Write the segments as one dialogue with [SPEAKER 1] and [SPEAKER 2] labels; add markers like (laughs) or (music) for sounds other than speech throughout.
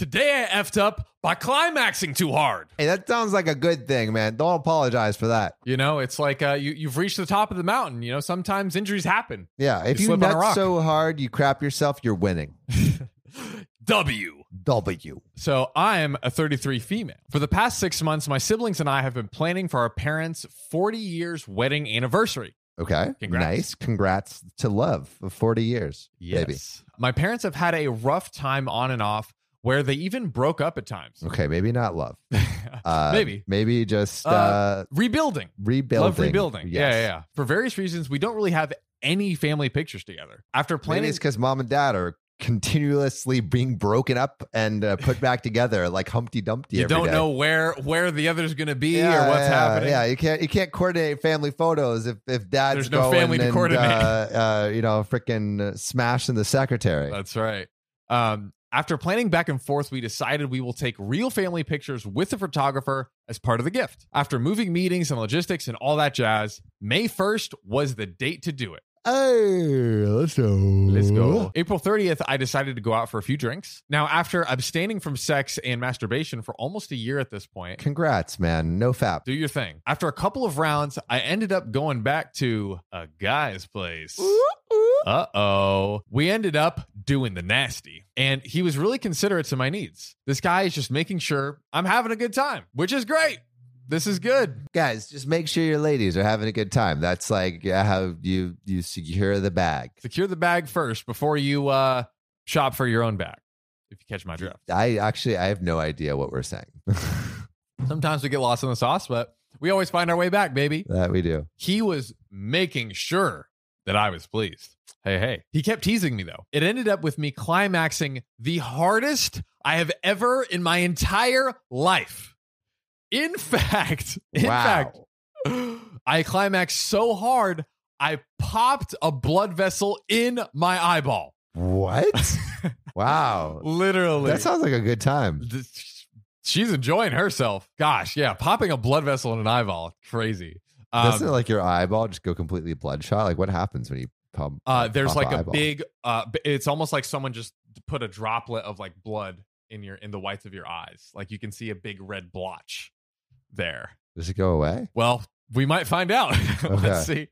[SPEAKER 1] Today I effed up by climaxing too hard.
[SPEAKER 2] Hey, that sounds like a good thing, man. Don't apologize for that.
[SPEAKER 1] You know, it's like uh, you you've reached the top of the mountain. You know, sometimes injuries happen.
[SPEAKER 2] Yeah, if
[SPEAKER 1] You
[SPEAKER 2] you,
[SPEAKER 1] slip on a
[SPEAKER 2] nut
[SPEAKER 1] rock.
[SPEAKER 2] so hard you crap yourself, you're winning.
[SPEAKER 1] W.
[SPEAKER 2] W.
[SPEAKER 1] So I am a 33 female. For the past six months, my siblings and I have been planning for our parents' 40 years wedding anniversary.
[SPEAKER 2] Okay.
[SPEAKER 1] Congrats.
[SPEAKER 2] Nice. Congrats to love of 40 years. Baby.
[SPEAKER 1] My parents have had a rough time on and off where they even broke up at times.
[SPEAKER 2] Okay, maybe
[SPEAKER 1] (laughs)
[SPEAKER 2] not love. Uh,
[SPEAKER 1] Maybe.
[SPEAKER 2] Maybe just uh,
[SPEAKER 1] Uh, Rebuilding.
[SPEAKER 2] rebuilding.
[SPEAKER 1] Love rebuilding. Yeah,
[SPEAKER 2] Yes.
[SPEAKER 1] yeah, yeah. For various reasons, we don't really have any family pictures together. After
[SPEAKER 2] Maybe
[SPEAKER 1] planning,
[SPEAKER 2] it's because mom and dad are continuously being broken up and uh, put back together like Humpty Dumpty.
[SPEAKER 1] you
[SPEAKER 2] every
[SPEAKER 1] don't
[SPEAKER 2] day.
[SPEAKER 1] know where where the other's going to be or what's
[SPEAKER 2] yeah,
[SPEAKER 1] happening.
[SPEAKER 2] Yeah, you can't you can't coordinate family photos if if dad's
[SPEAKER 1] There's no
[SPEAKER 2] going
[SPEAKER 1] family to
[SPEAKER 2] and,
[SPEAKER 1] coordinate.
[SPEAKER 2] Uh, uh, you know, freaking uh, smashing the secretary.
[SPEAKER 1] That's right. Um, after planning back and forth, we decided we will take real family pictures with a photographer as part of the gift. After moving meetings and logistics and all that jazz, May 1st was the date to do it.
[SPEAKER 2] hey, let's go. Let's
[SPEAKER 1] April 30th, I decided to go out for a few drinks. Now, after abstaining from sex and masturbation for almost a year at this point,
[SPEAKER 2] Congrats, man. No fap.
[SPEAKER 1] do your thing. After a couple of rounds, I ended up going back to a guy's place. Uh oh. We ended up doing the nasty. And he was really considerate to my needs. This guy is just making sure I'm having a good time, which is great. This is good.
[SPEAKER 2] Guys, just make sure your ladies are having a good time. That's like uh, how you you secure the bag.
[SPEAKER 1] Secure the bag first before you uh, shop for your own bag, if you catch my drift.
[SPEAKER 2] I actually I have no idea what we're saying. (laughs)
[SPEAKER 1] Sometimes we get lost in the sauce, but we always find our way back, baby.
[SPEAKER 2] that we do.
[SPEAKER 1] He was making sure that I was pleased. Hey, hey. He kept teasing me, though. It ended up with me climaxing the hardest I have ever in my entire life. In (laughs) fact, in
[SPEAKER 2] wow.
[SPEAKER 1] fact, I climaxed so hard, I popped a blood vessel in my eyeball. (laughs)
[SPEAKER 2] What? wow.
[SPEAKER 1] Literally.
[SPEAKER 2] That sounds like a good time.
[SPEAKER 1] Th- She's enjoying herself. Gosh, yeah. Popping a blood vessel in an eyeball. Crazy. Um,
[SPEAKER 2] Doesn't like your eyeball just go completely bloodshot? Like what happens when you pump?
[SPEAKER 1] Uh, there's
[SPEAKER 2] pop
[SPEAKER 1] like a
[SPEAKER 2] eyeball?
[SPEAKER 1] big. Uh, b- it's almost like someone just put a droplet of like blood in your in the whites of your eyes. Like you can see a big red blotch there.
[SPEAKER 2] Does it go away?
[SPEAKER 1] Well, we might find out. (laughs) Let's see.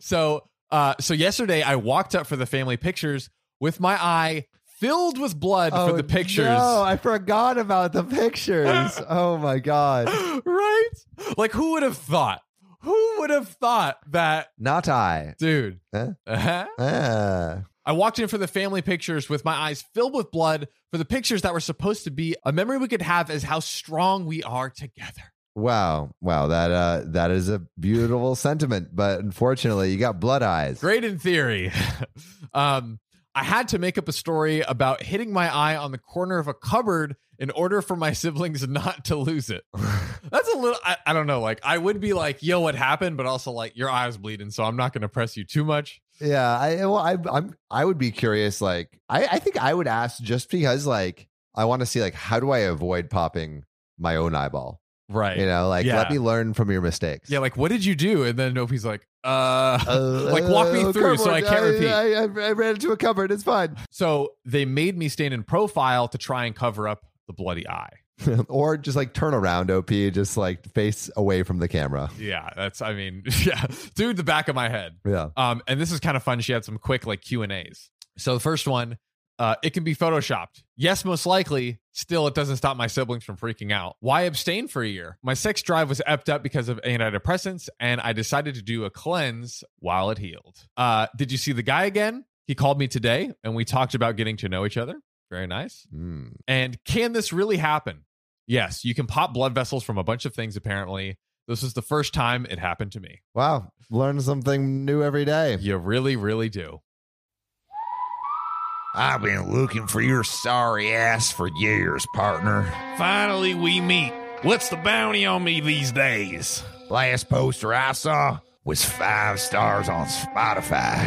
[SPEAKER 1] So, uh, so yesterday I walked up for the family pictures with my eye filled with blood for the pictures.
[SPEAKER 2] Oh, No, I forgot about
[SPEAKER 1] (laughs)
[SPEAKER 2] the pictures. oh my god.
[SPEAKER 1] (gasps) right? Like who would have thought? Who would have thought that,
[SPEAKER 2] Not I.
[SPEAKER 1] dude?
[SPEAKER 2] Huh?
[SPEAKER 1] Uh-huh.
[SPEAKER 2] Ah.
[SPEAKER 1] I walked in for the family pictures with my eyes filled with blood for the pictures that were supposed to be a memory we could have as how strong we are together.
[SPEAKER 2] Wow. Wow. That uh that is a beautiful sentiment, but unfortunately you got blood eyes.
[SPEAKER 1] Great in theory. (laughs) um, I had to make up a story about hitting my eye on the corner of a cupboard in order for my (laughs) siblings not to lose it. That's a little, I, I don't know. Like, I would be like, yo, what happened? But also, like, your eye's bleeding, so I'm not going to press you too much.
[SPEAKER 2] Yeah, I well, I, I'm I would be curious. Like, I I think I would ask just because like I want to see like how do I avoid popping my own eyeball?
[SPEAKER 1] Right.
[SPEAKER 2] You know, like let
[SPEAKER 1] Yeah.
[SPEAKER 2] me learn from your mistakes.
[SPEAKER 1] Yeah. Like, what did you do? And then Opie's like, uh,
[SPEAKER 2] Uh,
[SPEAKER 1] like, walk me
[SPEAKER 2] uh,
[SPEAKER 1] through so
[SPEAKER 2] cupboard.
[SPEAKER 1] I can't repeat.
[SPEAKER 2] I, I, I ran into a cupboard. It's fine.
[SPEAKER 1] So they made me stand in profile to try and cover up the bloody eye.
[SPEAKER 2] (laughs) or just like turn around, op, just like face away from the camera.
[SPEAKER 1] Yeah, that's I mean, (laughs) yeah, dude, the back of my head.
[SPEAKER 2] Yeah.
[SPEAKER 1] Um, and this is kind of fun. She had some quick like Q and A's. So the first one, uh, it can be photoshopped. Yes, most likely. Still, it doesn't stop my siblings from freaking out. Why abstain for a year? My sex drive was epped up because of antidepressants, and I decided to do a cleanse while it healed. Uh, did you see the guy again? He called me today, and we talked about getting to know each other. Very nice.
[SPEAKER 2] Mm.
[SPEAKER 1] And can this really happen? Yes, you can pop blood vessels from a bunch of things, apparently. This is the first time it happened to me.
[SPEAKER 2] Wow, learn something new every day.
[SPEAKER 1] You really, really do.
[SPEAKER 3] I've been looking for your sorry ass for years, partner. Finally, we meet. What's the bounty on me these days? Last poster I saw was five stars on Spotify.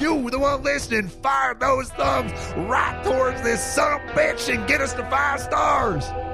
[SPEAKER 3] You, the one listening, fire those thumbs right towards this son of a bitch and get us to five stars.